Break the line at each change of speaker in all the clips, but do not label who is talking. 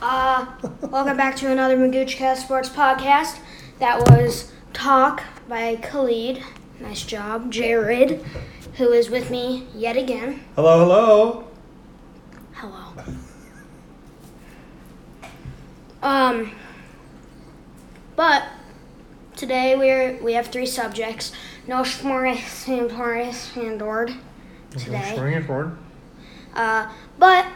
Uh, welcome back to another Magoochcast Sports Podcast. That was Talk by Khalid. Nice job, Jared, who is with me yet again.
Hello, hello.
Hello. Um, but today we're we have three subjects. No schmores and Taurus and Ord today.
Swing it forward.
Uh, but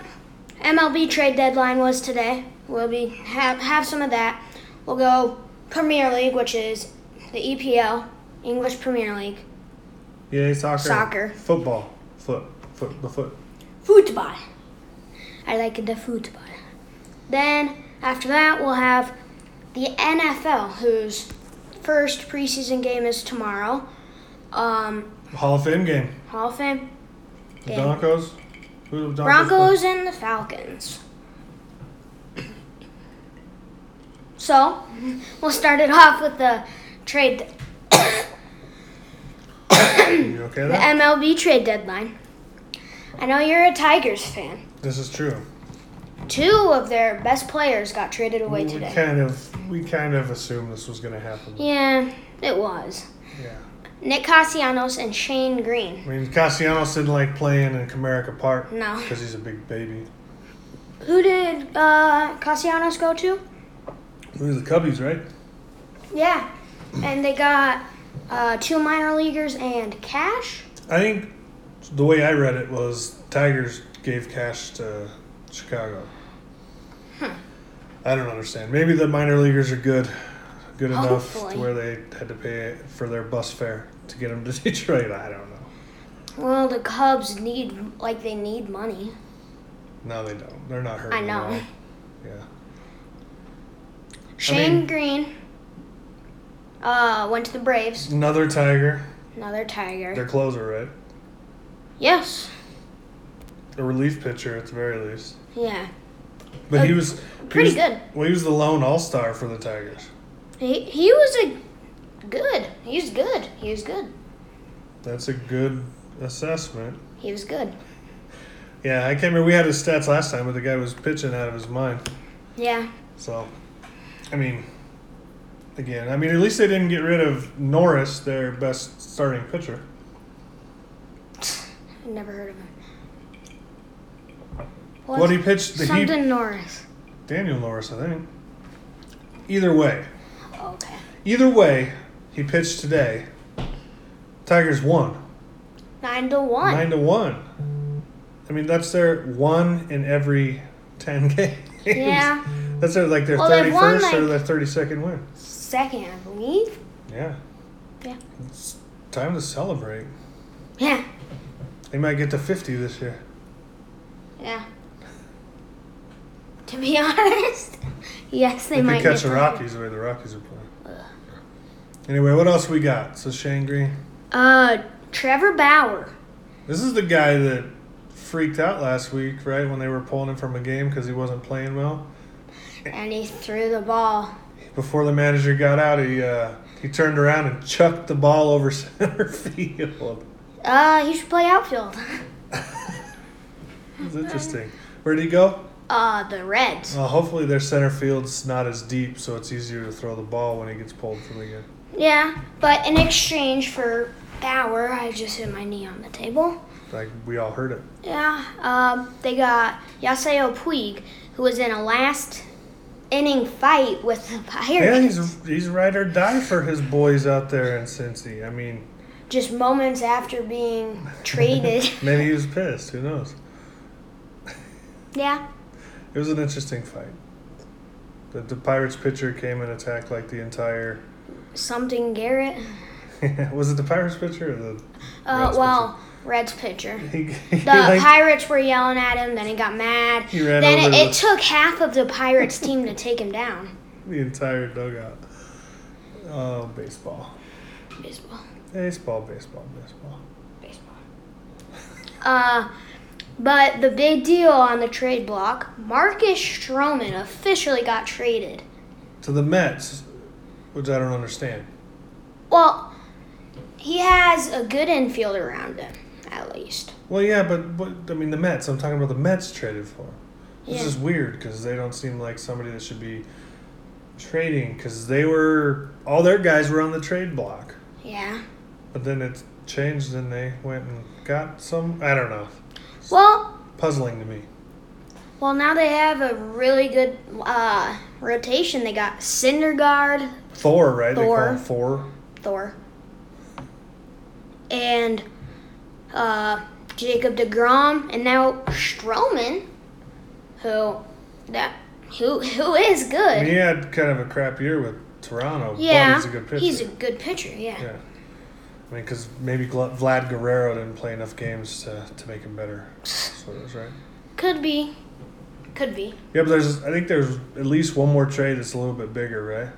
MLB trade deadline was today. We'll be have, have some of that. We'll go Premier League, which is the EPL, English Premier League,
Yay, soccer.
Soccer.
Football. Foot. Foot. The foot.
football. I like the football. Then after that, we'll have the NFL, whose first preseason game is tomorrow. Um,
Hall of Fame game.
Hall of Fame,
The
Game.
Broncos. Who the Broncos?
Broncos and the Falcons. So, we'll start it off with the trade,
play? You okay
the
there?
MLB trade deadline. I know you're a Tigers fan.
This is true.
Two of their best players got traded away
we
today.
kind of we kind of assumed this was gonna happen.
Yeah, it was.
Yeah.
Nick Castellanos and Shane Green.
I mean, Castellanos didn't like playing in Comerica Park
No.
because he's a big baby.
Who did uh, Castellanos go to?
He was the Cubbies, right?
Yeah. And they got uh, two minor leaguers and cash.
I think the way I read it was Tigers gave cash to Chicago. I don't understand. Maybe the minor leaguers are good, good
Oh,
enough
Hopefully.
to where they had to pay for their bus fare to get them to Detroit. I don't know.
Well, the Cubs need like they need money.
No, they don't. They're not hurting.
I
at
know.
all. Yeah.
Shane
mean-
Green uh, went to the Braves.
Another Tiger.
Another Tiger.
Their closer, right?
yes.
A relief pitcher at the very least.
Yeah.
But he
Uh,
was
Pretty
he was,
good.
Well, he was the lone All Star for the Tigers.
He, he was a good. He was good. He was good.
That's a good assessment.
He was good.
Yeah, I can't remember. We had his stats last time, but the guy was pitching out of his mind.
Yeah.
So, I mean, again, I mean, at least they didn't get rid of Norris, their best starting pitcher.
I've never heard of him.
What, he pitched, the
something
Heat,
Norris.
Daniel Norris, I think. Either way,
Okay.
either way, he pitched today. Tigers won
Nine to one.
nine to one. I mean, that's their one in every ten games.
Yeah.
that's their like their
Well,
thirty
they've won,
first or
like-
their thirty second win.
Second, I believe.
Yeah.
Yeah.
It's time to celebrate.
Yeah.
They might get to 50 this year.
Yeah. To be honest, yes, they
They if
might
they catch
get
the
there.
Rockies the way the Rockies are playing. Anyway, what else we got? So Shane Green.
Uh, Trevor Bauer.
This is the guy that freaked out last week, right? When they were pulling him from a game because he wasn't playing well.
And he threw the ball.
Before the manager got out, he uh, he turned around and chucked the ball over center field.
Uh, he should play outfield.
It's interesting. Where'd he go?
Uh, the Reds.
Well, hopefully their center field's not as deep, so it's easier to throw the ball when he gets pulled from the game.
Yeah, but in exchange for Bauer, I just hit my knee on the table.
Like we all heard it.
Yeah, um, they got Yasiel Puig, who was in a last inning fight with the
Yeah,
Pirates
he's he's ride or die for his boys out there in Cincy. I mean,
just moments after being traded.
maybe he was pissed. Who knows?
yeah,
It was an interesting fight. The, the Pirates pitcher came and attacked like the entire.
something Garrett.
was it the Pirates pitcher or the?
Uh,
Reds
well, Reds pitcher.
pitcher? he, he,
The
like,
Pirates were yelling at him, then he got mad.
He ran
then
over
it,
to
it
the-
took half of the Pirates team to take him down.
the entire dugout. Oh, baseball,
Baseball.
baseball, baseball, baseball.
Baseball. Uh, but the big deal on the trade block Marcus Stroman officially got traded.
To the Mets, which I don't understand.
Well, he has a good infield around him, at least.
Well, yeah, but, but I mean the Mets. I'm talking about the Mets traded for. him. This
Yeah.
is weird because they don't seem like somebody that should be trading because they were all their guys were on the trade block,
Yeah.
but then it changed and they went and got some. I don't know.
Well,
Puzzling to me.
well, now they have a really good uh, rotation. They got Cindergaard,
Thor, right? They call
Thor.
him Thor.
Thor, and uh, Jacob Degrom, and now Stroman, who that who who is
I mean,
good.
he had kind of a crap year with Toronto.
Yeah,
but he's a good pitcher.
He's a good pitcher. Yeah.
yeah. I mean, because maybe Gla- Vlad Guerrero didn't play enough games to, to make him better. So it was right.
could be, could be.
Yeah, but there's I think there's at least one more trade that's a little bit bigger, right?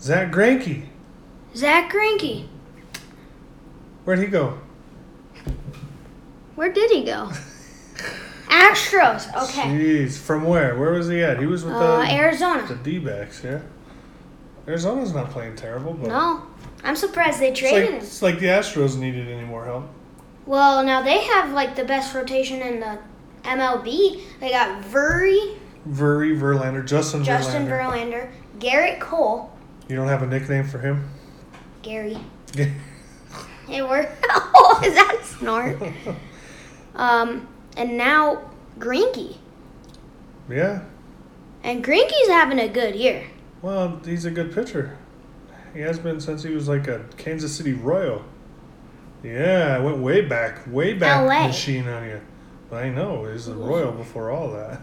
Zach Granke,
Zach Greinke,
where'd he go?
where did he go? Astros. Okay.
Jeez, from where? Where was he at? He was with
Uh,
the the
Arizona.
D-backs, yeah. Arizona's not playing terrible, but
No, I'm surprised they
it's,
traded
like,
him.
it's like the Astros needed any more help.
Well, now they have like the best rotation in the MLB. They got Verry,
Verry Verlander, Justin,
Justin
Verlander.
Verlander, Garrett Cole,
You don't have a nickname for him?
Gary. It worked. oh, is that a snort? Um, and now Greinke,
yeah.
and Greinke's having a good year.
Well, he's a good pitcher. He has been since he was like a Kansas City Royal. Yeah, I went way back, way back
LA.
machine on you. I know, he was a Royal before all that.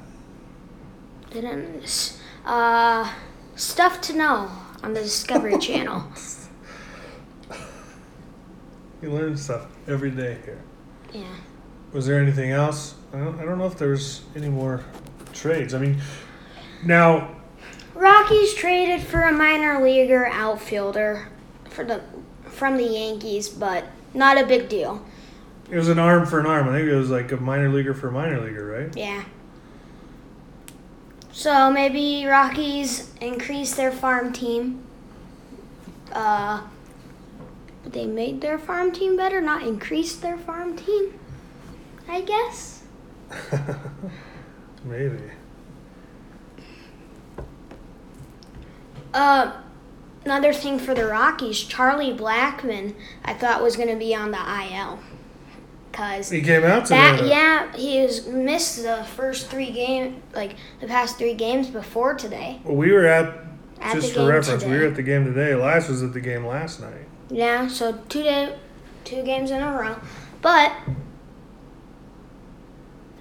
Didn't uh, stuff to know on the Discovery Channel.
You learn stuff every day here.
Yeah.
Was there anything else? I don't, I don't know if there's any more trades. I mean, now,
Rockies traded for a minor leaguer outfielder for the from the Yankees, but not a big deal.
it was an arm for an arm. I think it was like a minor leaguer for a minor leaguer, right?
Yeah. So maybe Rockies increase their farm team. Uh, but they made their farm team better, not increased their farm team. I guess.
Maybe.
Uh, another thing for the Rockies, Charlie Blackman, I thought was gonna be on the IL, cause.
He came out today.
That
though.
yeah, he has missed the first three game, like the past three games before today.
Well, we were at,
At
just
the
for
game
reference, we
today.
were at the game today. Elias was at the game last night.
Yeah, so two day, two games in a row, but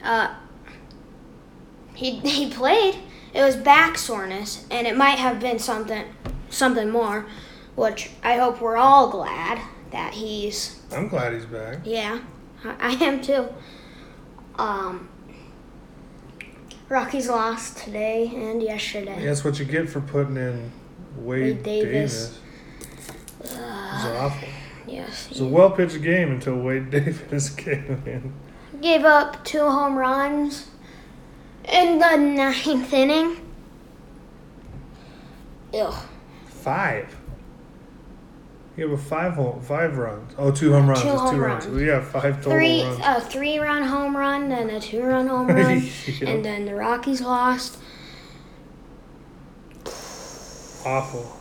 uh, he he played. It was back soreness, and it might have been something something more, which I hope we're all glad that he's
I'm glad he's back.
Yeah, I I am too. Um, Rockies lost today and yesterday.
That's what you get for putting in Wade
Wade Davis.
Davis. It's awful.
Yes,
It's a well pitched game until Wade Davis came in.
gave up two home runs in the ninth inning. Ew.
Five. You have a five home, five runs. Oh, two home runs.
Two
It's two
home
runs.
runs.
We have five total
Three, uh,
runs.
a three-run home run, then a two-run home run,
Yeah.
and then the Rockies lost.
Awful.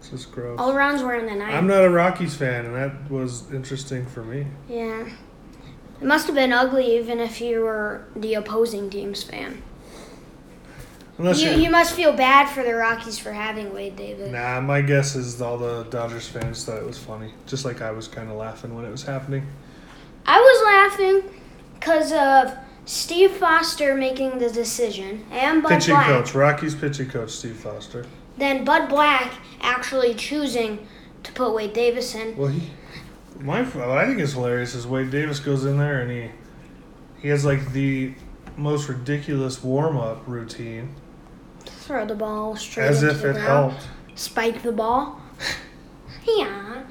This is gross.
All runs were in the ninth.
I'm not a Rockies fan, and that was interesting for me.
yeah, it must have been ugly, even if you were the opposing team's fan.
Unless
You,
you're-
you must feel bad for the Rockies for having Wade Davis.
Nah, my guess is all the Dodgers fans thought it was funny, just like I was kind of laughing when it was happening.
I was laughing because of Steve Foster making the decision and Bud
pitching
Black.
coach, Rockies pitching coach Steve Foster.
Then Bud Black actually choosing to put Wade Davis in.
Well, he, my what I think is hilarious is Wade Davis goes in there and he he has like the most ridiculous warm up routine,
Throw the ball straight
as
into
if
the
it
ground.
helped.
Spike the ball. yeah.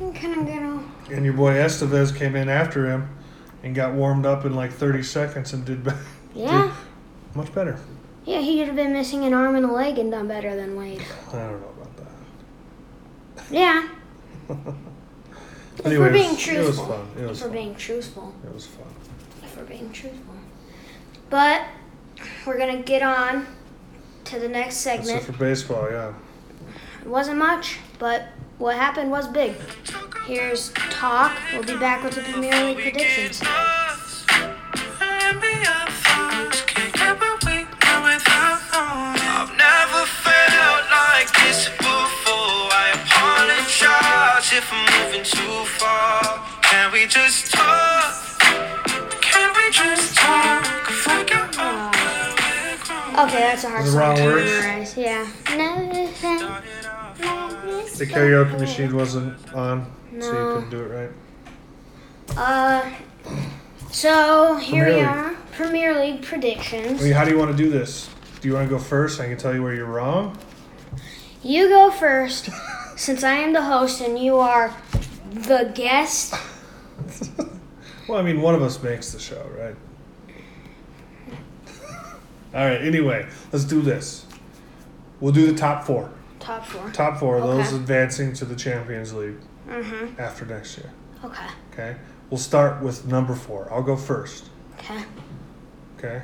I'm kind of gonna.
And your boy Estevez came in after him and got warmed up in like 30 seconds and did be-
Yeah.
much better.
Yeah, he could have been missing an arm and a leg and done better than Wade.
I don't know about that.
Yeah. if we're being
it was
truthful.
fun. It was
If we're
fun.
being truthful.
It was fun.
If we're being truthful. But we're gonna get on to the next
That's it
segment.
for baseball, yeah.
It wasn't much, but what happened was big. Here's talk. We'll be back with the Premier League predictions.
I've never felt like this before. I apologize if I'm moving too far. Can we just talk? Can we just talk? Figure out where we're going.
Okay, that's a hard
Those
song
are wrong
to
words.
memorize. Yeah. No, thank-
Started off right.
The karaoke machine wasn't on, so you
No.
couldn't do it right.
Uh, so here
Premier
we
League. Oh,
are. Premier League
I
predictions.
mean, how do you want to do this? Do you want to go first? I can tell you where you're wrong.
You go first, since I am the host and you are the guest.
Well, I mean, one of us makes the show, right? All right. Anyway, let's do this. We'll do the top four.
Top four.
Top four. Those
Okay.
advancing to the Champions League
Mm-hmm.
after next year.
Okay.
Okay. We'll start with number four. I'll go first.
Okay.
Okay.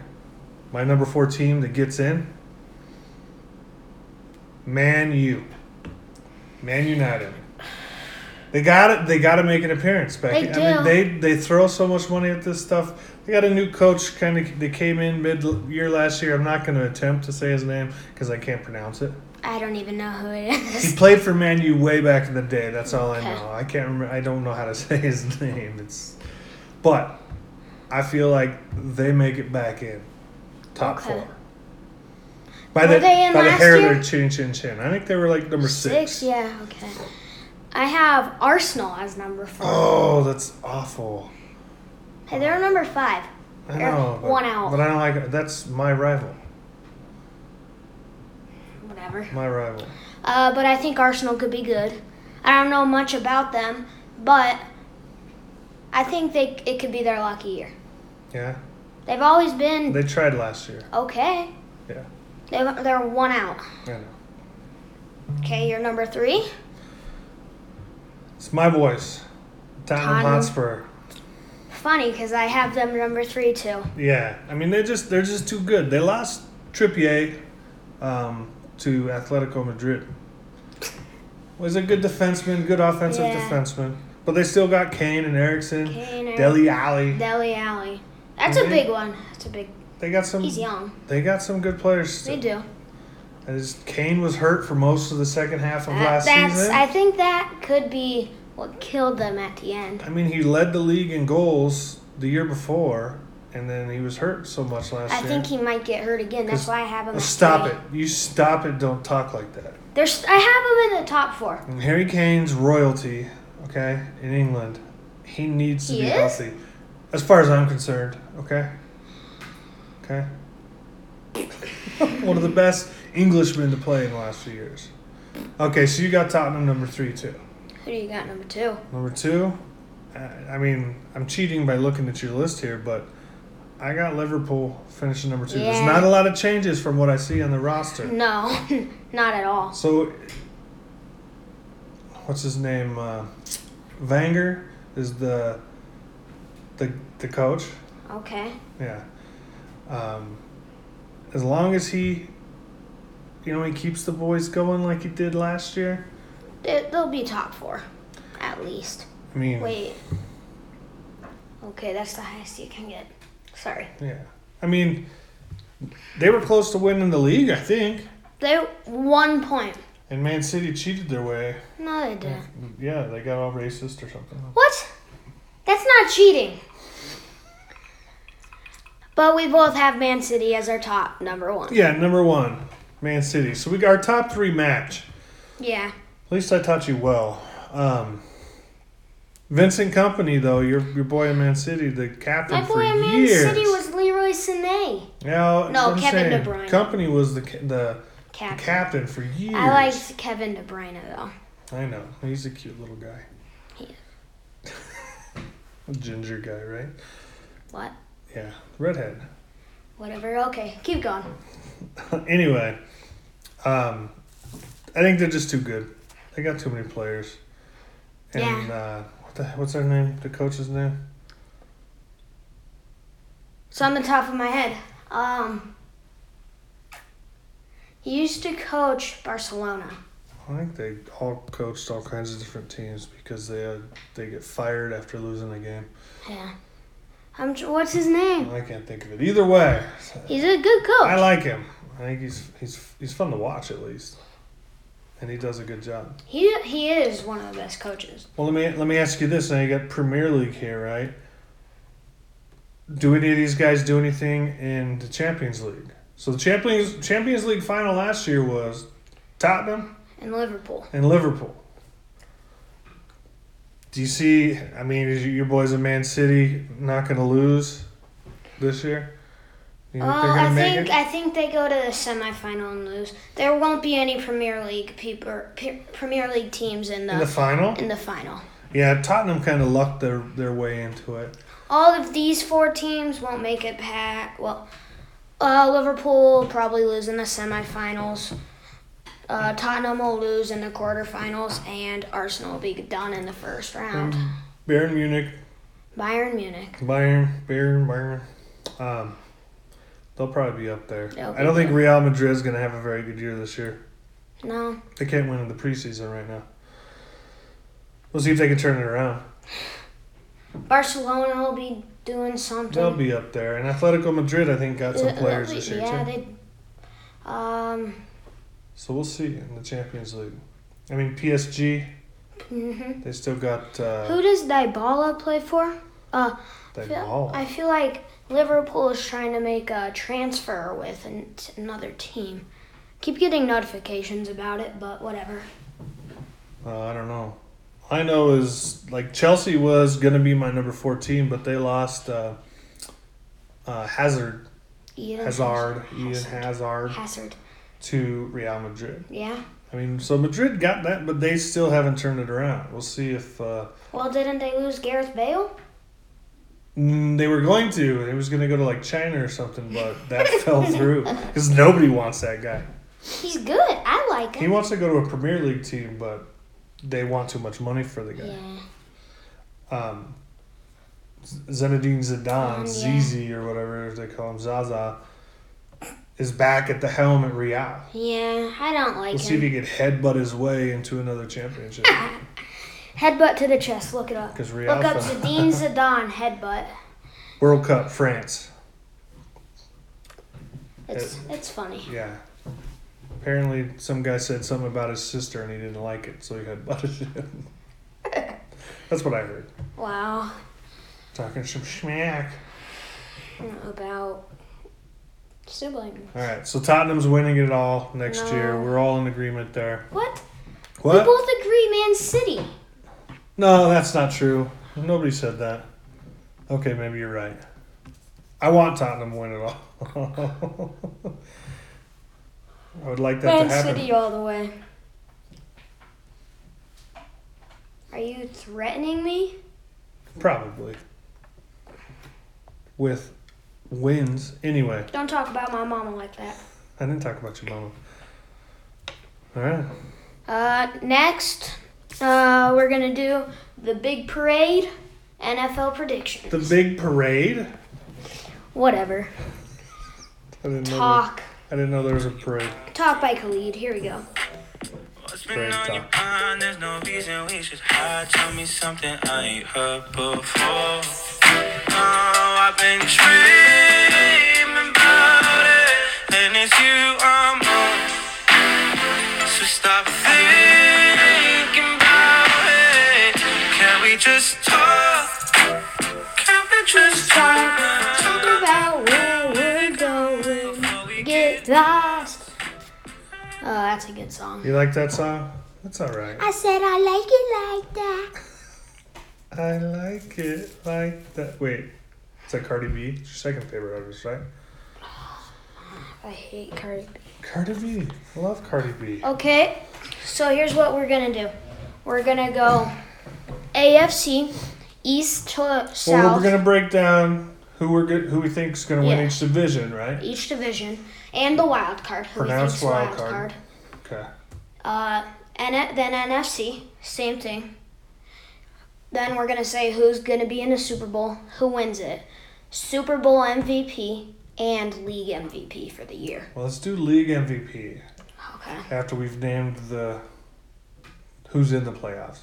My number four team that gets in. Man U. Man United. They got it. They got to make an appearance, Becky.
They
I mean,
do.
they they throw so much money at this stuff. They got a new coach. Kind of, they came in mid year last year. I'm not going to attempt to say his name because I can't pronounce it.
I don't even know who it
He
is.
played for Man U way back in the day. That's all I
Okay.
know. I can't remember. I don't know how to say his name. It's, but I feel like they make it back in top
Okay.
four. By
Were
the
they in
by the
last
hair
year?
of their chin, chin, chin. I think they were like number six.
Six. Yeah. Okay. I have Arsenal as number four.
Oh, that's awful.
Hey, they're number five.
I
They're
know, but,
one out.
but I don't like it. That's my rival.
Whatever.
My rival.
Uh, but I think Arsenal could be good. I don't know much about them, but I think they it could be their lucky year.
Yeah,
They've always been
they tried last year.
okay.
Yeah.
They, they're one out.
I know.
Okay, you're number three.
It's my boys, Tottenham
Tottenham.
Hotspur.
Funny, because I have them number three too.
Yeah, I mean they're just they're just too good. They lost Trippier um, to Atletico Madrid. Was a good defenseman, good offensive
Yeah.
defenseman, but they still got Kane and Erickson,
Kane,
Deli Alley.
Deli Alley. That's a
Mhm.
big one. That's a big.
They got some.
He's young.
They got some good players.
They
Still.
do.
I just- Kane was hurt for most of the second half of
That-
last
that's.
season.
I
I,
think that could be what killed them at the end.
mean, he led the league in goals the year before, and then he was hurt so much last
I
year.
think he might get hurt again. That's
'Cause-
why I have him.
Oh,
at
stop
three.
it! You stop it! Don't talk like that.
There's. I have him in the top four.
And Harry Kane's royalty, okay, in England, he needs to
He
be
is?
healthy. As far as I'm concerned, okay? Okay? One of the best Englishmen to play in the last few years. Okay, so you got Tottenham number three, too.
Who do you got number two?
Number two, I I mean, I'm cheating by looking at your list here, but I got Liverpool finishing number two. There's
Yeah.
not a lot of changes from what I see on the roster.
No, not at all.
So, what's his name? Uh, Vanger is the the the coach.
Okay.
Yeah. Um, as long as he, you know, he keeps the boys going like he did last year.
They- They'll be top four, at least.
I mean,
Wait. Okay, that's the highest you can get. Sorry.
yeah. I mean, they were close to winning the league, I think.
They one point.
And Man City cheated their way.
No, they didn't.
Yeah, they got all racist or something.
What? That's not cheating. But we both have Man City as our top number one.
Yeah, number one, Man City. So we got our top three match.
Yeah.
At least I taught you well. Um, Vincent Company, though your your boy in Man City, the captain
My
for
boy in Man
years.
City was Leroy Sané.
no,
No,
I'm
Kevin
saying,
De Bruyne.
Company was the ca- the
Captain.
captain for years.
I liked Kevin De Bruyne though.
I know he's a cute little guy.
He-
A Ginger guy, right?
What?
Yeah, redhead.
Whatever. Okay, keep going.
anyway, um, I think they're just too good. They got too many players. And uh, the, what's her name? The coach's name?
It's on the top of my head. Um, he used to coach Barcelona.
I think they all coached all kinds of different teams because they uh, they get fired after losing a game.
Yeah. I'm, tr- what's his name?
I can't think of it. Either way,
He's a good coach.
I like him. I think he's he's he's fun to watch at least, and he does a good job.
He he is one of the best coaches.
Well, let me let me ask you this. Now you got Premier League here, right? Do any of these guys do anything in the Champions League? So the Champions Champions League final last year was Tottenham
in Liverpool.
and Liverpool. Do you see? I mean, is your boys in Man City not going to lose this year? You think
Uh, I
gonna make
think
it?
I think they go to the semifinal and lose. There won't be any Premier League people, Pe- Premier League teams in
in the
the
final.
in the final.
Yeah, Tottenham kind of lucked their, their way into it.
All of these four teams won't make it past. Well, uh, Liverpool will probably lose in the semifinals. Uh, Tottenham will lose in the quarterfinals, and Arsenal will be done in the first round.
Mm. Bayern Munich,
Bayern Munich.
Bayern, Bayern, Bayern. Um, they'll probably be up there.
They'll
I don't
be
think Real Madrid's going to have a very good year this year.
No,
They can't win in the preseason right now. We'll see if they can turn it around.
Barcelona will be doing something.
They'll be up there. And Atletico Madrid, I think, got some
Uh,
players
they'll be-
this year,
Yeah,
too.
they. Um.
So we'll see in the Champions League. I mean, PSG,
hmm
they still got uh,
Who does Dybala play for?
that
feel-
ball.
I feel like Liverpool is trying to make a transfer with an, another team. Keep getting notifications about it, but whatever.
Uh, I don't know. I know is like Chelsea was gonna be my number fourteen, but they lost uh, uh, Hazard,
Eden
Hazard, Ian Hazard
Hazard.
to Real Madrid.
Yeah.
I mean, so Madrid got that, but they still haven't turned it around. We'll see if uh,
Well, didn't they lose Gareth Bale?
mm, they were going to. It was gonna go to like China or something, but that fell through because nobody wants that guy.
He's good. I like
He
him.
wants to go to a Premier League team, but they want too much money for the guy.
Yeah.
um, Z- Zinedine Zidane,
Um, yeah.
Zizi or whatever they call him, Zaza, is back at the helm at Real.
Yeah. I don't like
Let's see if
him.
he could headbutt his way into another championship.
Headbutt to the chest. Look it up.
Because Real
Look up
fell-
Zidane Zidane headbutt.
World Cup France,
It's it's funny.
yeah. Apparently, some guy said something about his sister and he didn't like it, so he headbutted him. That's what I heard.
Wow.
Talking some schmack.
About siblings.
All right, so Tottenham's winning it all next year.
No.
We're all in agreement there.
What? We
What?
both agree, Man City.
No, that's not true. Nobody said that. Okay, maybe you're right. I want Tottenham to win it all. I would like that
Man
to happen.
City all the way. Are you threatening me?
Probably. With wins. Anyway,
Don't talk about my mama like that.
I didn't talk about your mama. All right.
Uh, next, uh, we're gonna do the big parade, NFL predictions.
The big parade?
Whatever.
I didn't, know there,
Talk.
I didn't know there was a parade.
Talk by Khalid. Here we go.
What's been
Great
on your
talk.
mind? There's no reason we should hide. Tell me something I ain't heard before. Oh, I've been dreaming about it, and it's you I'm on. So stop thinking about it. Can we just talk? Can we just talk?
Talk about where we're going.
Before we
Get lost. Oh, that's a good song.
You like that song? That's all right.
I said I like it like that.
I like it like that. Wait, it's like Cardi B. It's your second favorite artist, right?
I hate Cardi B.
Cardi B. I love Cardi B.
Okay, so here's what we're gonna do. We're gonna go AFC East to South,
Well, we're gonna break down who we're go- who we think's gonna win
Yeah.
each division, right?
each division, and the wild card. Who we
Pronounce
think's
wild card. Okay.
Uh, and then NFC, same thing. Then we're going to say who's going to be in the Super Bowl, who wins it, Super Bowl MVP, and league MVP for the year.
Well, let's do league MVP
Okay.
after we've named the who's in the playoffs.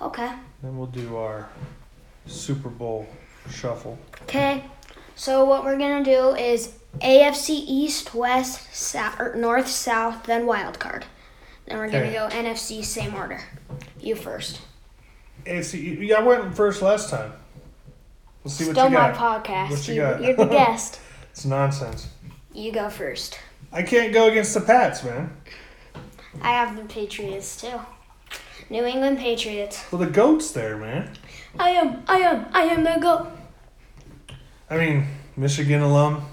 Okay.
Then we'll do our Super Bowl shuffle.
Okay. So what we're going to do is AFC East, West, South, or North, South, then wild card. Then we're going
Okay.
to go NFC same order. You first.
AFC, yeah, I went first last time. Let's see what
Still
you
my
got.
podcast.
What you
You-
got?
You're the guest.
it's nonsense.
You go first.
I can't go against the Pats, man.
I have the Patriots too. New England Patriots.
Well, the goats there, man.
I am, I am, I am the GOAT.
I mean, Michigan alum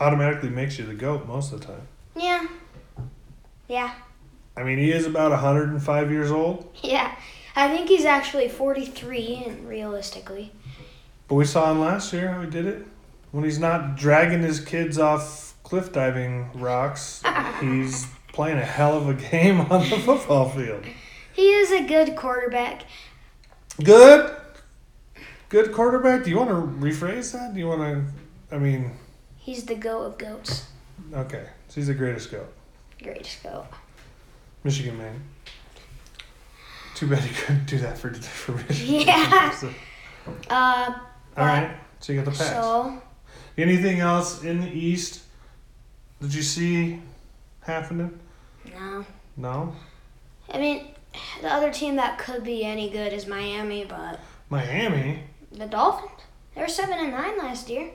automatically makes you the goat most of the time.
Yeah. Yeah.
I mean, he is about 105 years old,
Yeah. I think he's actually 43, and realistically.
but we saw him last year how he did it. When he's not dragging his kids off cliff diving rocks, he's playing a hell of a game on the football field.
He is a good quarterback.
Good, good quarterback. Do you want to rephrase that? Do you want to? I mean,
He's the GOAT of GOATs.
okay, so he's the greatest goat,
Greatest GOAT.
Michigan man. Too bad he couldn't do that for for Michigan.
Yeah.
So-
Uh,
all right, so you got the pass.
so,
Anything else in the East? Did you see happening?
no.
No.
I mean, the other team that could be any good is Miami, but
Miami.
the Dolphins. They were 7 and 9 last year.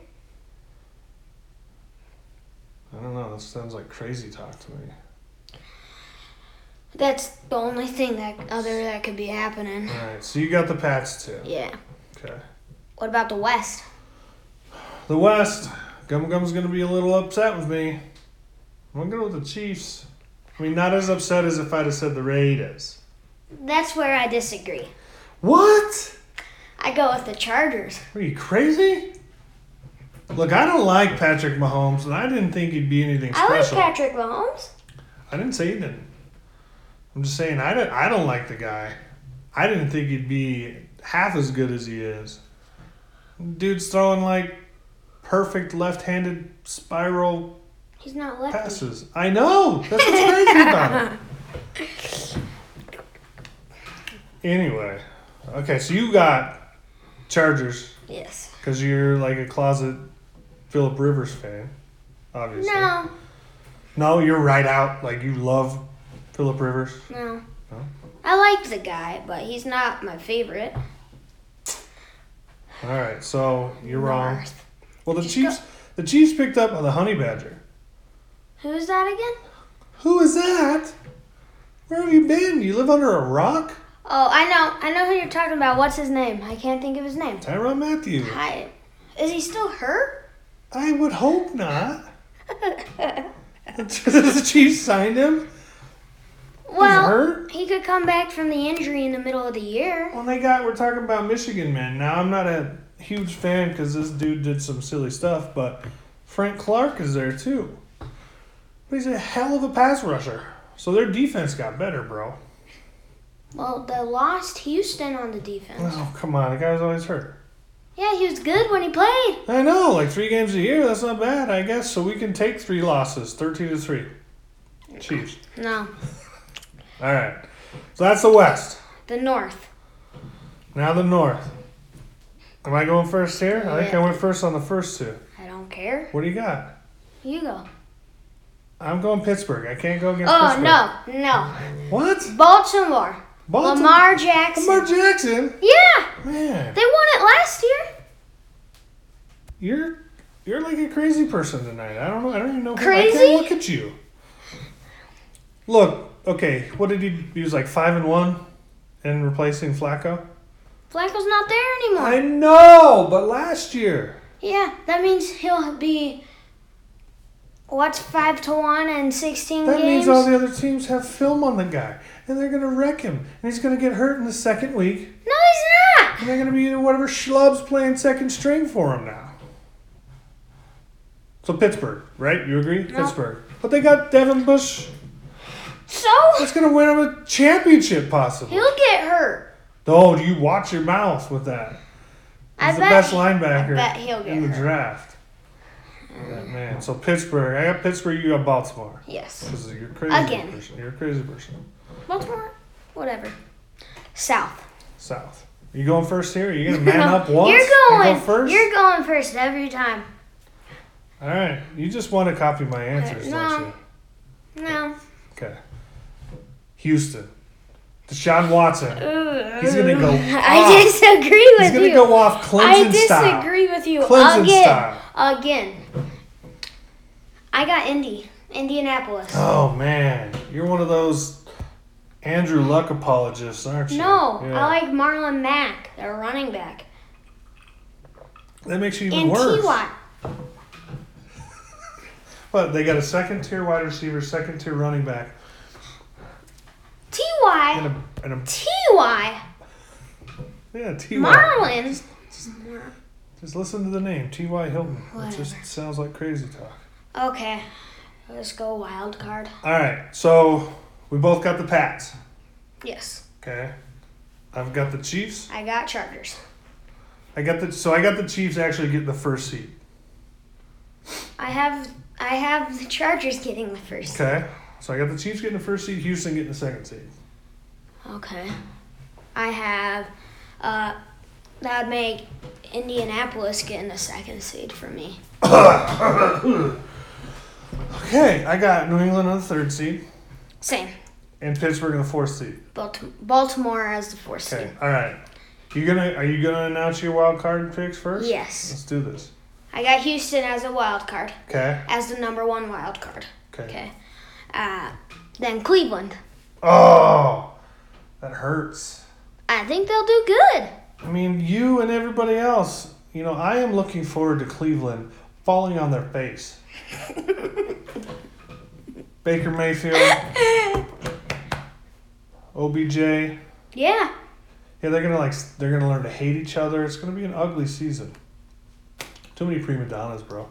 I don't know. That sounds like crazy talk to me.
That's the only thing that other that could be happening.
All right. So you got the Pats too.
Yeah.
Okay.
What about the West?
The West. Gum Gum's gonna be a little upset with me. I'm gonna go with the Chiefs. I mean, not as upset as if I'd have said the Raiders.
That's where I disagree.
What?
I go with the Chargers.
Are you crazy? Look, I don't like Patrick Mahomes, and I didn't think he'd be anything
I like
special.
Patrick Mahomes.
I didn't say he didn't. I'm just saying I don't. I don't like the guy. I didn't think he'd be half as good as he is. Dude's throwing like perfect left-handed spiral
He's not lefty.
passes. I know. That's what's crazy about it. Anyway, okay. So you got Chargers
Yes.
because you're like a closet Philip Rivers fan, obviously.
No.
No, you're right out. Like you love Philip Rivers.
No.
No?
I like the guy, but he's not my favorite.
All right, so you're wrong.
North.
Well, the
Just
Chiefs, the Chiefs picked up the honey badger.
Who's that again?
Who is that? Where have you been? You live under a rock,
Oh, I know. I know who you're talking about. What's his name? I can't think of his name.
Tyron Matthew.
Hi. Is he still hurt?
I would hope not. the Chiefs signed him.
well,
hurt?
he could come back from the injury in the middle of the year.
Well, they got. We're talking about Michigan man. Now I'm not a huge fan because this dude did some silly stuff, but Frank Clark is there too. But he's a hell of a pass rusher. So their defense got better, bro.
Well, they lost Houston on the defense.
Oh come on, the guy's always hurt.
Yeah, he was good when he played.
I know, like three games a year. That's not bad, I guess. So we can take three losses, thirteen to three. Chiefs.
No.
All right. So that's the West.
The North.
Now the North. Am I going first here? I think I
Yeah.
went first on the first two.
I don't care.
What do you got?
You go.
I'm going Pittsburgh. I can't go against
Oh, no.
Pittsburgh.
No.
What?
Baltimore.
Baltimore-
Lamar Jackson.
Lamar Jackson.
Yeah.
Man,
They won it last year.
you're you're like a crazy person tonight. I don't know. I don't even know. who- I
Crazy?
can't look at you. Look. Okay. What did he? He was like five and one, and replacing Flacco.
Flacco's not there anymore.
I know, but last year.
Yeah, that means he'll be what's five to one and sixteen
That
games.
means all the other teams have film on the guy, and they're gonna wreck him, and he's gonna get hurt in the second week,
no, he's not.
and they're gonna be whatever schlubs playing second string for him now. So Pittsburgh, right? You agree? Pittsburgh. But they got Devin Bush.
So
That's gonna win him a championship, possibly.
he'll get hurt.
Oh, you watch your mouth with that.
I
He's the
bet-
best
I
linebacker
bet he'll get
in the
hurt.
draft. Yeah, man. So Pittsburgh. I got Pittsburgh. You got Baltimore.
Yes.
Because you're a crazy
Again.
person. You're a crazy person.
Baltimore? Whatever. South.
South. You going first here? You gonna man up once?
You're going.
You go first.
You're going first every time.
All right. You just want to copy my answers, don't
No.
you?
No.
Okay. Houston. Deshaun Watson. He's gonna go
I
off.
disagree with
Ah. He's gonna
you.
go off Clemson
I disagree
style.
with you
Clemson
again.
style.
Again. I got Indy, Indianapolis.
Oh man, you're one of those Andrew Luck apologists, aren't you?
no,
Yeah.
I like Marlon Mack, their running back,
that makes you even
and
worse.
T. Watt.
But they got a second tier wide receiver, second tier running back,
T.
and
Y.
a and a
T. Y.
yeah T Y.
Marlon.
Just listen to the name T Y Hilton. It just sounds like crazy talk.
Okay, let's go wild card.
All right, so we both got the Pats.
Yes,
Okay, I've got the Chiefs.
I got Chargers.
I got the so I got the Chiefs actually getting the first seed.
I have I have the Chargers getting the first.
Okay, so I got the Chiefs getting the first seed, Houston getting the second seed.
Okay. I have uh that would make Indianapolis getting the second seed for me.
Okay, I got New England on the third seed
Same.
and Pittsburgh in the fourth seed.
Baltim- Baltimore as the fourth
Okay,
seed.
all right. You gonna are you gonna announce your wild card picks first?
Yes.
Let's do this.
I got Houston as a wild card,
Okay.
as the number one wild card.
Okay.
Okay. Uh, then Cleveland.
Oh, that hurts.
I think they'll do good.
I mean, you and everybody else. You know, I am looking forward to Cleveland falling on their face. Baker Mayfield, OBJ. Yeah,
Yeah.
they're gonna like s- they're gonna learn to hate each other. It's gonna be an ugly season. Too many prima donnas, bro.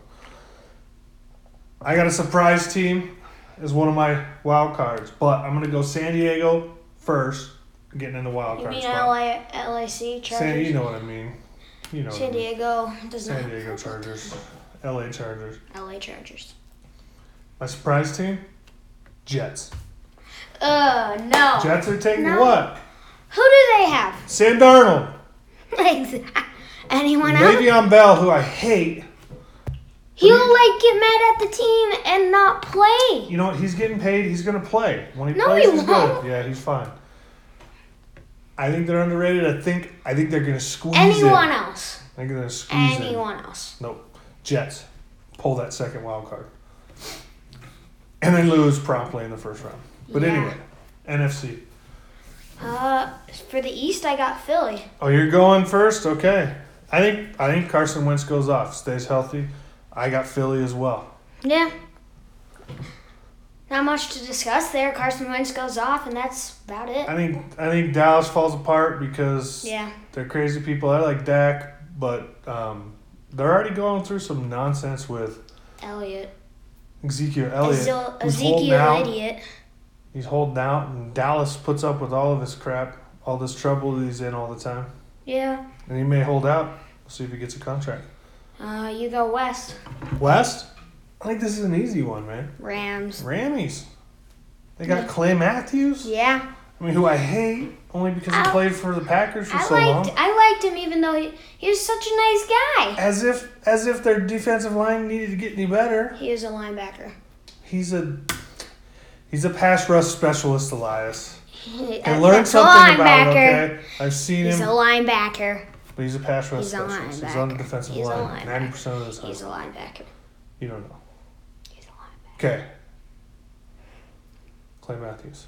I got a surprise team as one of my wild cards, but I'm gonna go San Diego first, getting in the wild
You
card
mean
spot.
LA, LAC, Chargers?
San, you know what I mean. You know.
San
what I mean.
Diego does not.
San Diego Chargers, LA Chargers.
LA Chargers.
My surprise team, Jets.
Uh, no.
Jets are taking
No.
what?
Who do they have?
Sam Darnold,
Anyone else?
Le'Veon Bell, who I hate.
He'll like get mad at the team and not play.
You know what? He's getting paid. He's gonna play. When he
No,
plays,
he
he's
won't.
good. Yeah, he's fine. I think they're underrated. I think I think they're gonna squeeze
Anyone
in.
else?
I think they're gonna squeeze in.
Anyone else?
Nope. Jets pull that second wild card, and then lose promptly in the first round. But
Yeah.
anyway, NFC.
Uh, for the East, I got Philly.
Oh, you're going first. Okay. I think I think Carson Wentz goes off, stays healthy. I got Philly as well.
Yeah. Not much to discuss there. Carson Wentz goes off, and that's about it.
I think I think Dallas falls apart because
Yeah.
they're crazy people. I like Dak, but um, they're already going through some nonsense with
Elliot.
Ezekiel Elliott.
Ezeel-
who's holding
Ezekiel,
out.
idiot.
He's holding out, and Dallas puts up with all of his crap, all this trouble that he's in all the time.
Yeah.
And he may hold out. We'll see if he gets a contract.
Uh, you go West.
West, I think this is an easy one, man.
Rams.
Rammies. They got Clay Matthews,
Yeah.
I mean, who I hate only because he
I-
played for the Packers for
I
so
liked.
long.
I liked him, even though he, he was such a nice guy.
As if, as if their defensive line needed to get any better.
He was a linebacker.
He's a, he's a pass rush specialist, Elias.
I
And learn something about it. Okay, I've seen
He's a
him,
linebacker.
but he's a pass rush
He's a
specialist. He's on the
linebacker.
defensive
He's a
line
linebacker.
ninety percent of the time.
He's a linebacker.
you don't know.
He's a linebacker.
Okay. Clay Matthews.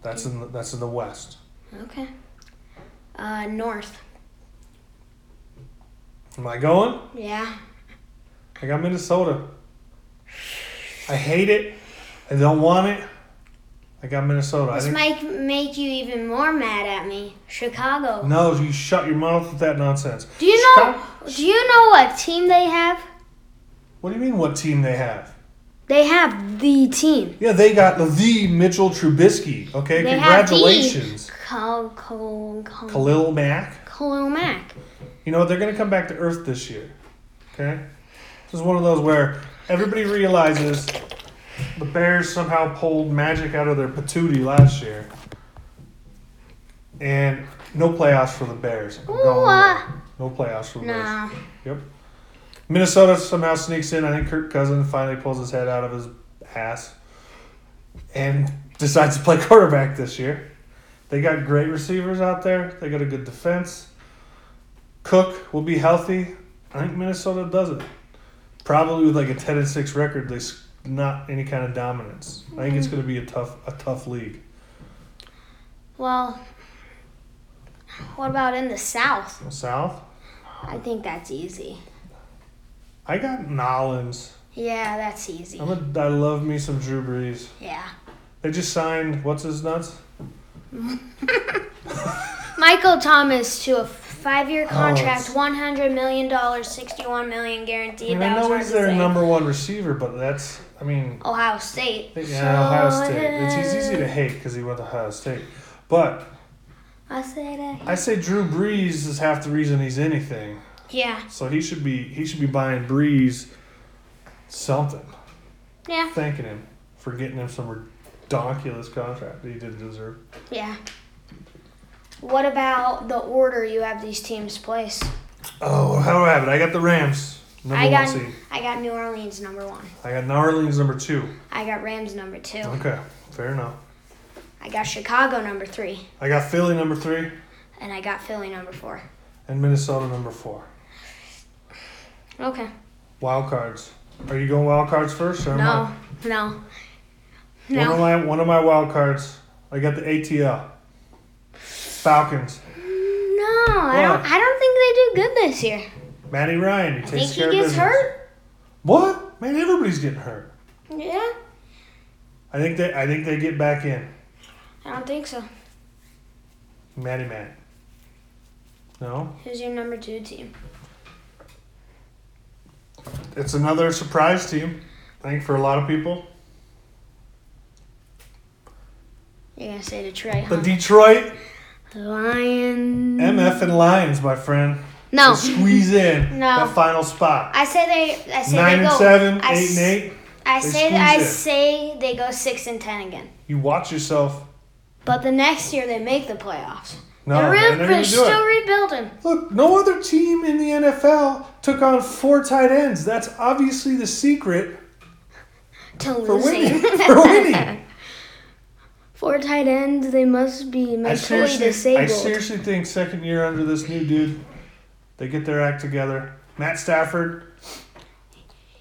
That's in the, that's in the West.
Okay. Uh, North.
Am I going?
Yeah.
I got Minnesota. I hate it. I don't want it. I got Minnesota. I
This
think,
might make you even more mad at me. Chicago.
no, you shut your mouth with that nonsense.
Do you know?
Chicago-
Do you know what team they have?
What do you mean? What team they have?
They have the team.
Yeah, they got the Mitchell Trubisky. Okay,
They have the-
congratulations,
Khalil, Khalil, Khalil,
Khalil Mack.
Khalil Mack.
You know, they're going to come back to Earth this year. Okay? This is one of those where everybody realizes the Bears somehow pulled magic out of their patootie last year. And no playoffs for the Bears. I'm going
Ooh, uh,
with it. No playoffs for the Bears.
No.
Minnesota somehow sneaks in. I think Kirk Cousins finally pulls his head out of his ass and decides to play quarterback this year. They got great receivers out there. They got a good defense. Cook will be healthy. I think Minnesota does it. Probably with like a ten and six record. They s- not any kind of dominance. I think it's going to be a tough a tough league.
Well, what about in the South?
South.
I think that's easy.
I got Nollins.
Yeah, that's easy.
I'm a, I love me some Drew Brees.
Yeah.
They just signed what's his nuts.
Michael Thomas to a five-year contract,
Oh, it's-
one hundred million dollars, sixty-one million guaranteed.
I mean,
that
I know
was
he's
hard to
their
say.
number one receiver, but that's, I mean,
Ohio State.
yeah,
So,
Ohio State. It's he's
uh,
easy to hate because he went to Ohio State. But
I said, uh,
I say Drew Brees is half the reason he's anything.
yeah,
So he should be he should be buying Brees something,
yeah,
thanking him for getting him some redonkulous contract that he didn't deserve.
yeah. What about the order you have these teams placed?
Oh, how do I have it? I got the Rams number
I got
one seed.
I got New Orleans number one.
I got New Orleans number two.
I got Rams number two.
Okay, fair enough.
I got Chicago number three,
I got Philly number three
and I got Philly number four.
and Minnesota number four.
Okay.
Wild cards. Are you going wild cards first? Or am I-
No, no,
One of
no.
my one of my wild cards. I got the ATL. Falcons.
No, I don't. I don't think they do good this year.
Matty Ryan. He
I
takes
think
care
he
of
gets
business.
hurt.
What? Man, everybody's getting hurt.
Yeah,
I think they I think they get back in.
I don't think so.
Matty Matt. No?
Who's your number two team?
It's another surprise team. I think for a lot of people.
You're gonna say Detroit,
The
huh?
Detroit
Lions.
MF and Lions, my friend.
No,
Squeeze in
No.
that final spot.
I say they. I say
Nine
they
and
go
seven,
I
eight
s-
and eight.
I
They
say I
squeeze it.
say they go six and ten again.
You watch yourself.
But the next year they make the playoffs.
No,
they're,
man,
re-
they're
they're
gonna do it.
still rebuilding.
Look, no other team in the NFL took on four tight ends. That's obviously the secret
To
for winning.
losing.
for winning.
Four tight ends. They must be
I
mentally
seriously, I
disabled.
seriously think second year under this new dude, they get their act together. Matt Stafford,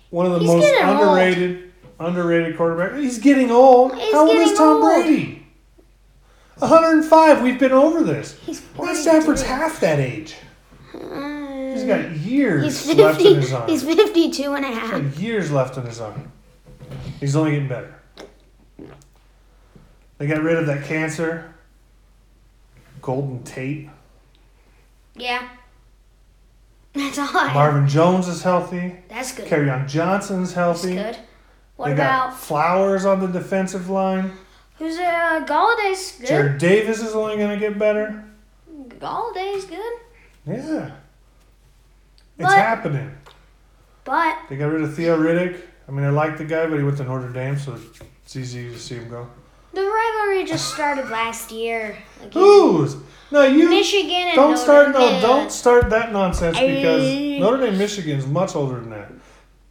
one of the
He's
most
getting old.
underrated, underrated quarterback. He's getting old.
He's
How old
getting
is Tom
old.
Brady? 105. We've been over this.
He's
Matt
42.
Stafford's half that age. He's got years
He's
left in
50,
his arm.
he's 52 and a half.
got years left on his arm. He's only getting better. They got rid of that cancer. Golden Tate.
Yeah. That's all I
Marvin Jones is healthy.
That's good.
Carry on Johnson's
That's
healthy.
good. What
they
about
got Flowers on the defensive line.
who's uh Galladay's good?
Jared Davis is only going to get better.
Galladay's good.
Yeah. It's
But-
happening.
But
They got rid of Theo Riddick. I mean, I like the guy, but he went to Notre Dame, so it's easy to see him go.
the rivalry just started last year. Like,
Who's? No, you.
Michigan and
Don't
Notre
start no,
Dame.
don't start that nonsense because
Ayy.
Notre Dame, Michigan's much older than that.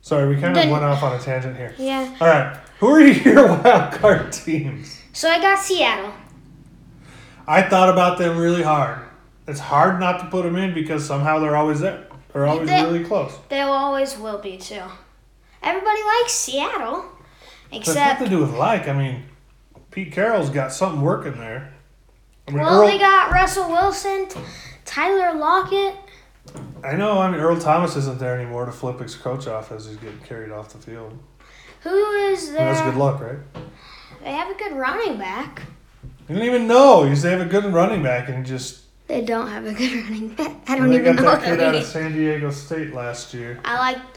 Sorry, we kind of
Then-
went off on a tangent here.
Yeah.
All right, who are your wild card teams?
So I got Seattle.
I thought about them really hard. It's hard not to put them in because somehow they're always there. They're always
They-
really close.
They always will be too. Everybody likes Seattle,
But it's
except
nothing to do with like. I mean, Pete Carroll's got something working there. I mean,
well,
Earl,
they got Russell Wilson, T- Tyler Lockett.
I know. I mean, Earl Thomas isn't there anymore to flip his coach off as he's getting carried off the field.
Who is
And that's good
there?
luck, right?
They have a good running back.
You didn't even know. You used to have a good running back and he just
They don't have a good running back. I
And
don't
they
even know
got that
what
kid
that
out of
is.
San Diego State last year.
I liked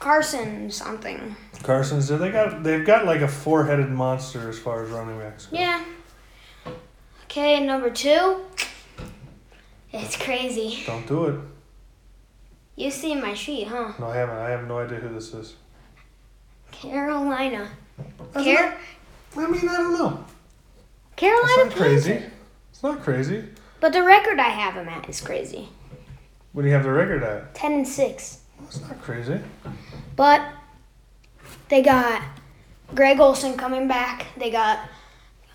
Carson something.
Carson's. They got they've got like a four headed monster as far as running backs. go.
Yeah. Okay, and number two. It's crazy.
Don't do it.
You see my sheet, huh?
No, I haven't. I have no idea who this is.
Carolina.
I
Car-
don't know. I mean, I don't know. It's
Carolina
not
Panthers.
crazy. It's not crazy.
But the record I have him at is crazy.
What do you have the record at?
Ten and six.
It's not crazy.
But they got Greg Olson coming back. They got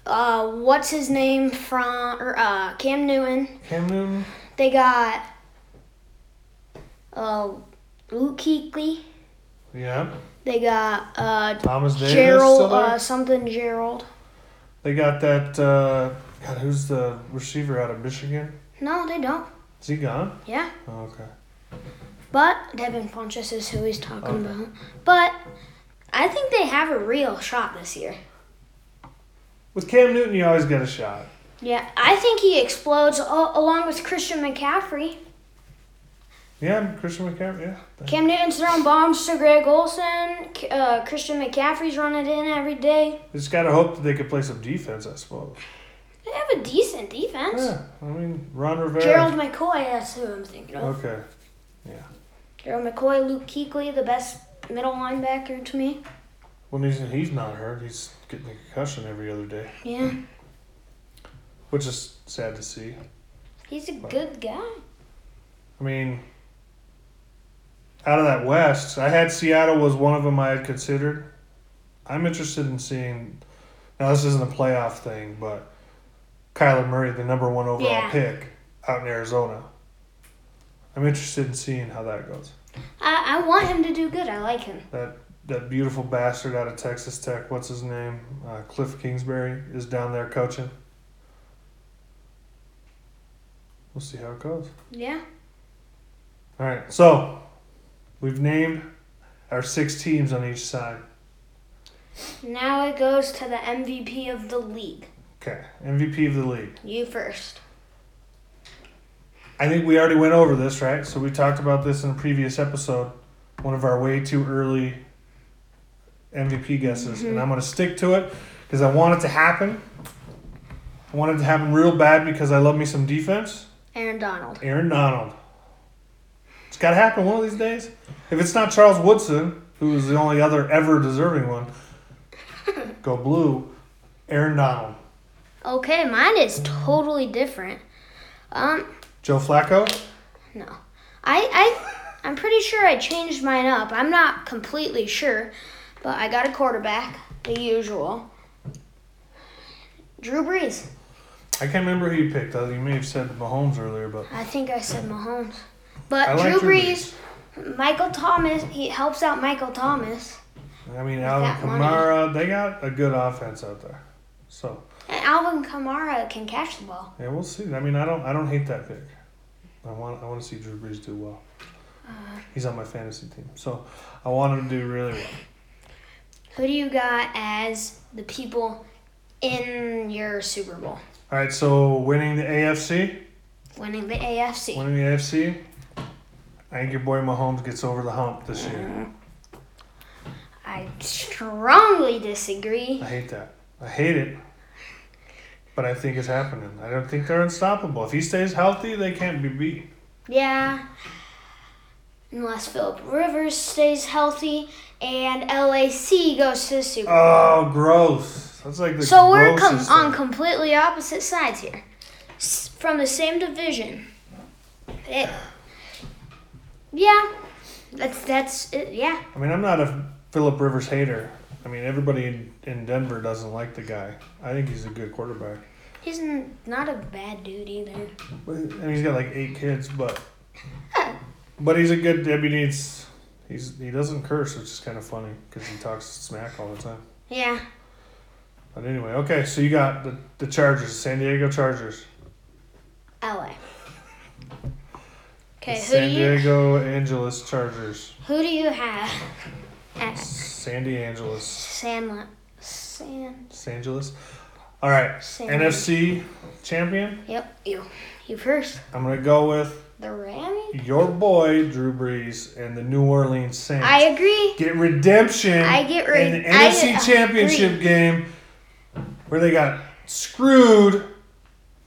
uh, what's his name from or, uh, Cam Newton.
Cam Newton.
They got uh, Luke Kuechly.
Yeah.
They got uh,
Thomas Davis. still
Gerald
there?
uh, something Gerald.
They got that. Uh, God, who's the receiver out of Michigan?
No, they don't.
Is he gone?
Yeah.
Oh, okay.
But Devin Funches is who he's talking
Okay.
about. But I think they have a real shot this year.
With Cam Newton, you always get a shot.
Yeah, I think he explodes a- along with Christian McCaffrey.
Yeah, Christian McCaffrey. Yeah.
Cam Newton's throwing bombs to Greg Olson. K- Uh, Christian McCaffrey's running in every day.
Just gotta hope that they could play some defense, I suppose.
They have a decent defense.
Yeah. I mean, Ron Rivera.
Gerald McCoy, that's who I'm thinking of.
Okay.
Gerald McCoy, Luke Kuechly, the best middle linebacker to me.
Well, he's, he's not hurt. He's getting a concussion every other day,
Yeah,
which is sad to see.
he's a good guy.
I mean, out of that West, I had Seattle was one of them I had considered. I'm interested in seeing. Now this isn't a playoff thing, but Kyler Murray, the number one overall
Yeah.
pick, out in Arizona. I'm interested in seeing how that goes.
I, I want him to do good. I like him.
That beautiful bastard out of Texas Tech, what's his name? Uh, Cliff Kingsbury is down there coaching. We'll see how it goes.
Yeah.
All right, so we've named our six teams on each side.
Now it goes to the MVP of the league.
Okay, MVP of the league.
You first.
I think we already went over this, right? So we talked about this in a previous episode, one of our way too early MVP guesses, and I'm going to stick to it because I want it to happen. I want it to happen real bad because I love me some defense.
Aaron Donald.
Aaron Donald. It's got to happen one of these days. If it's not Charles Woodson, who is the only other ever deserving one, go blue. Aaron Donald.
Okay, mine is totally different. Um,
Joe Flacco?
no. I I I'm pretty sure I changed mine up. I'm not completely sure, but I got a quarterback, the usual. Drew Brees.
I can't remember who you picked. Uh, You may have said Mahomes earlier, but
I think I said Mahomes. But
I
Drew,
like Drew
Brees, Michael Thomas, he helps out Michael Thomas.
I mean, Alvin
that money.
Kamara, they got a good offense out there. So,
And Alvin Kamara can catch the ball.
yeah, we'll see. I mean, I don't I don't hate that pick. I want I want to see Drew Brees do well. He's on my fantasy team. So, I want him to do really well.
Who do you got as the people in your Super Bowl?
All right, so winning the AFC?
Winning the AFC.
Winning the AFC, I think your boy Mahomes gets over the hump this year.
I strongly disagree.
I hate that. I hate it. But I think it's happening. I don't think they're unstoppable. If he stays healthy, they can't be beat.
Yeah. Unless Philip Rivers stays healthy and LAC goes to the Super Bowl.
Oh, gross. That's like Oh, the
so we're com-
grossest
on
thing.
completely opposite sides here. S- from the same division. It, yeah. That's that's it, yeah.
I mean, I'm not a Philip Rivers hater. I mean, everybody in- in Denver doesn't like the guy. I think he's a good quarterback.
He's n- not a bad dude either.
But- And he's got like eight kids, but but he's a good. I mean, he's, he's he doesn't curse, which is kind of funny because he talks smack all the time.
Yeah.
But anyway, okay, so you got the, the Chargers, San Diego Chargers.
LA. Okay, who do
San
you
Diego Angeles Chargers.
who do you have at
Sandy Angeles.
San San
San Angeles. All right,
San
NFC champion.
Yep, you you first.
I'm going to go with
The Rams?
your boy Drew Brees and the New Orleans Saints
I agree.
get redemption
I get re-
in the
I
NFC
get-
Championship game where they got screwed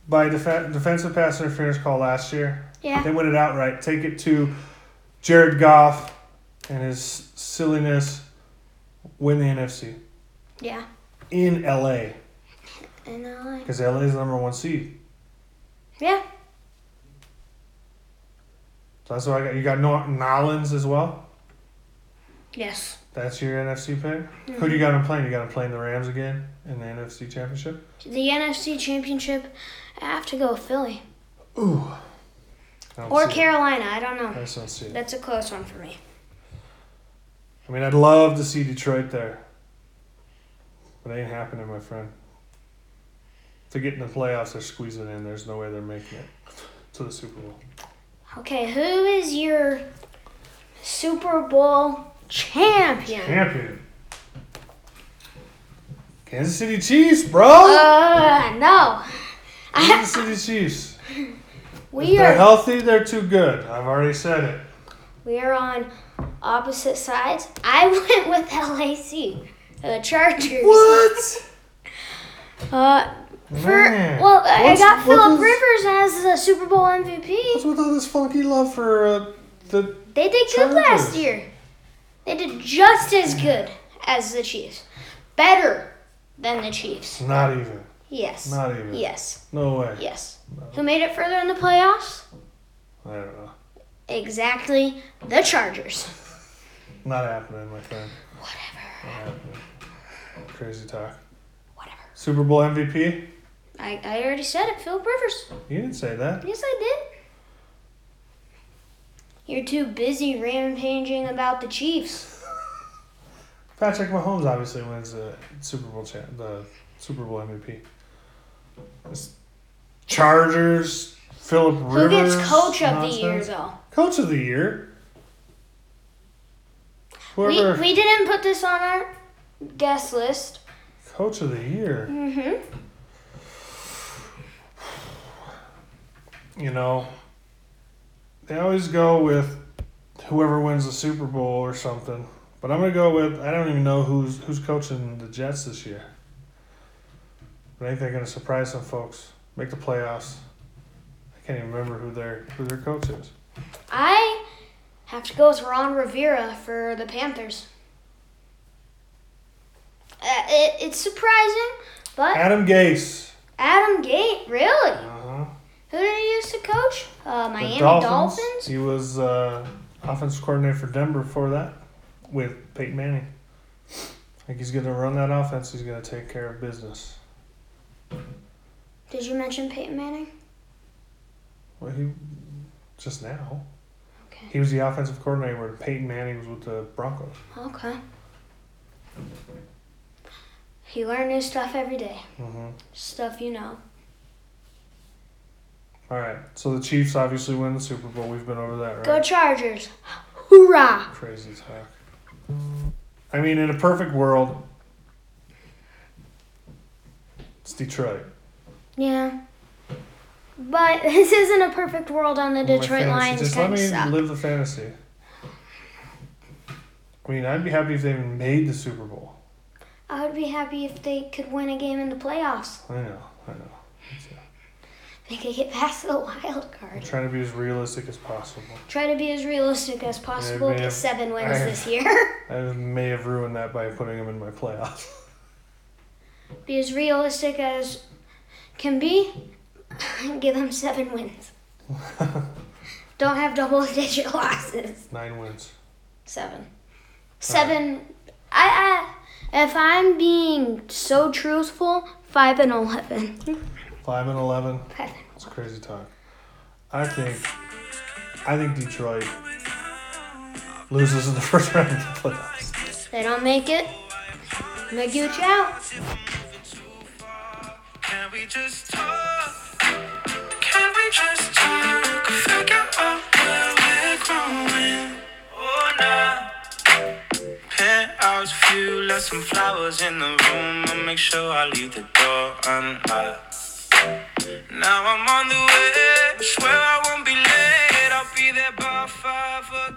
by def- defensive pass interference call last year.
Yeah.
They win it outright. Take it to Jared Goff and his silliness. Win the NFC
Yeah.
in LA
And I
because LA is the number one seed.
yeah.
So that's what I got. You got Nor- Nolans as well.
Yes.
That's your NFC pick. Who do you got him playing? You got him playing the Rams again in the NFC Championship.
The NFC Championship. I have to go with Philly
Ooh. I don't
or
see it.
Carolina. I don't
I
know.
just don't see it.
That's a close one for me.
I mean, I'd love to see Detroit there, but it ain't happening, my friend. To get in the playoffs, they're squeezing in. There's no way they're making it to the Super Bowl.
Okay, who is your Super Bowl champion?
Champion. Kansas City Chiefs, bro.
Uh, no. I,
Kansas City Chiefs.
we
They're
are
healthy. They're too good. I've already said it.
we are on opposite sides. I went with LAC, the Chargers. Uh, for
Man.
well, I
What's-
got
what
Philip
is-
Rivers as the Super Bowl
What's
MVP.
with all this funky love for uh, the?
They did good last
Chargers.
year. They did just as good as the Chiefs, better than the Chiefs.
Not even.
Yes.
Not even.
Yes.
No way.
Yes. Who made it further in the playoffs?
I don't know.
Exactly, the Chargers.
Not happening, my friend.
Whatever.
Not happening. Crazy talk.
Whatever.
Super Bowl MVP?
I, I already said it, Philip Rivers.
You didn't say that.
Yes, I did. You're too busy rampaging about the Chiefs.
Patrick Mahomes obviously wins the Super Bowl champ, the Super Bowl MVP. It's Chargers, Philip
Who
Rivers.
gets coach of the year,
nonsense.
though?
Coach of the year.
We,
Whoever
we didn't put this on our guest list.
coach of the year,
Mm-hmm.
you know, they always go with whoever wins the Super Bowl or something. But I'm gonna go with I don't even know who's who's coaching the Jets this year. But I think they're gonna surprise some folks, make the playoffs. I can't even remember who their who their coach is.
I have to go with Ron Rivera for the Panthers. Uh, it, it's surprising, but
Adam Gase.
Adam Gate, really?
Uh-huh.
Who did he used to coach? Uh,
The
Miami
Dolphins.
Dolphins?
He was uh, offensive coordinator for Denver before that with Peyton Manning. I think he's gonna run that offense. He's gonna take care of business.
Did you mention Peyton Manning?
Well, he just now.
Okay.
He was the offensive coordinator when Peyton Manning was with the Broncos.
Okay. You learn new stuff every day.
Mm-hmm.
Stuff you know.
All right. So the Chiefs obviously win the Super Bowl. We've been over that, right?
Go Chargers! Hoorah!
Crazy talk. I mean, in a perfect world, it's Detroit.
Yeah. But this isn't a perfect world on the
My
Detroit
fantasy-
Lions
Just let
kind of
me
suck.
live the fantasy. I mean, I'd be happy if they even made the Super Bowl.
I would be happy if they could win a game in the playoffs.
I know. I know.
They could get past the wild
I'm
card.
trying to be as realistic as possible.
Try to be as realistic as possible.
man.
Get seven wins
I-
this year.
I may have ruined that by putting them in my playoffs.
be as realistic as can be. Give them seven wins. Don't have double digit losses.
Nine wins.
Seven. Seven. I, I. If I'm being so truthful, five and eleven.
Five and eleven.
Five and
It's crazy talk. I think I think Detroit loses in the first round of the playoffs.
They don't make it. I'm gonna get you out.
Can we just talk? Can we just talk? Figure out where we're growing Oh, or not. Penthouse view, left some flowers in the room. I'll make sure I leave the door unlocked. Now I'm on the way. Swear I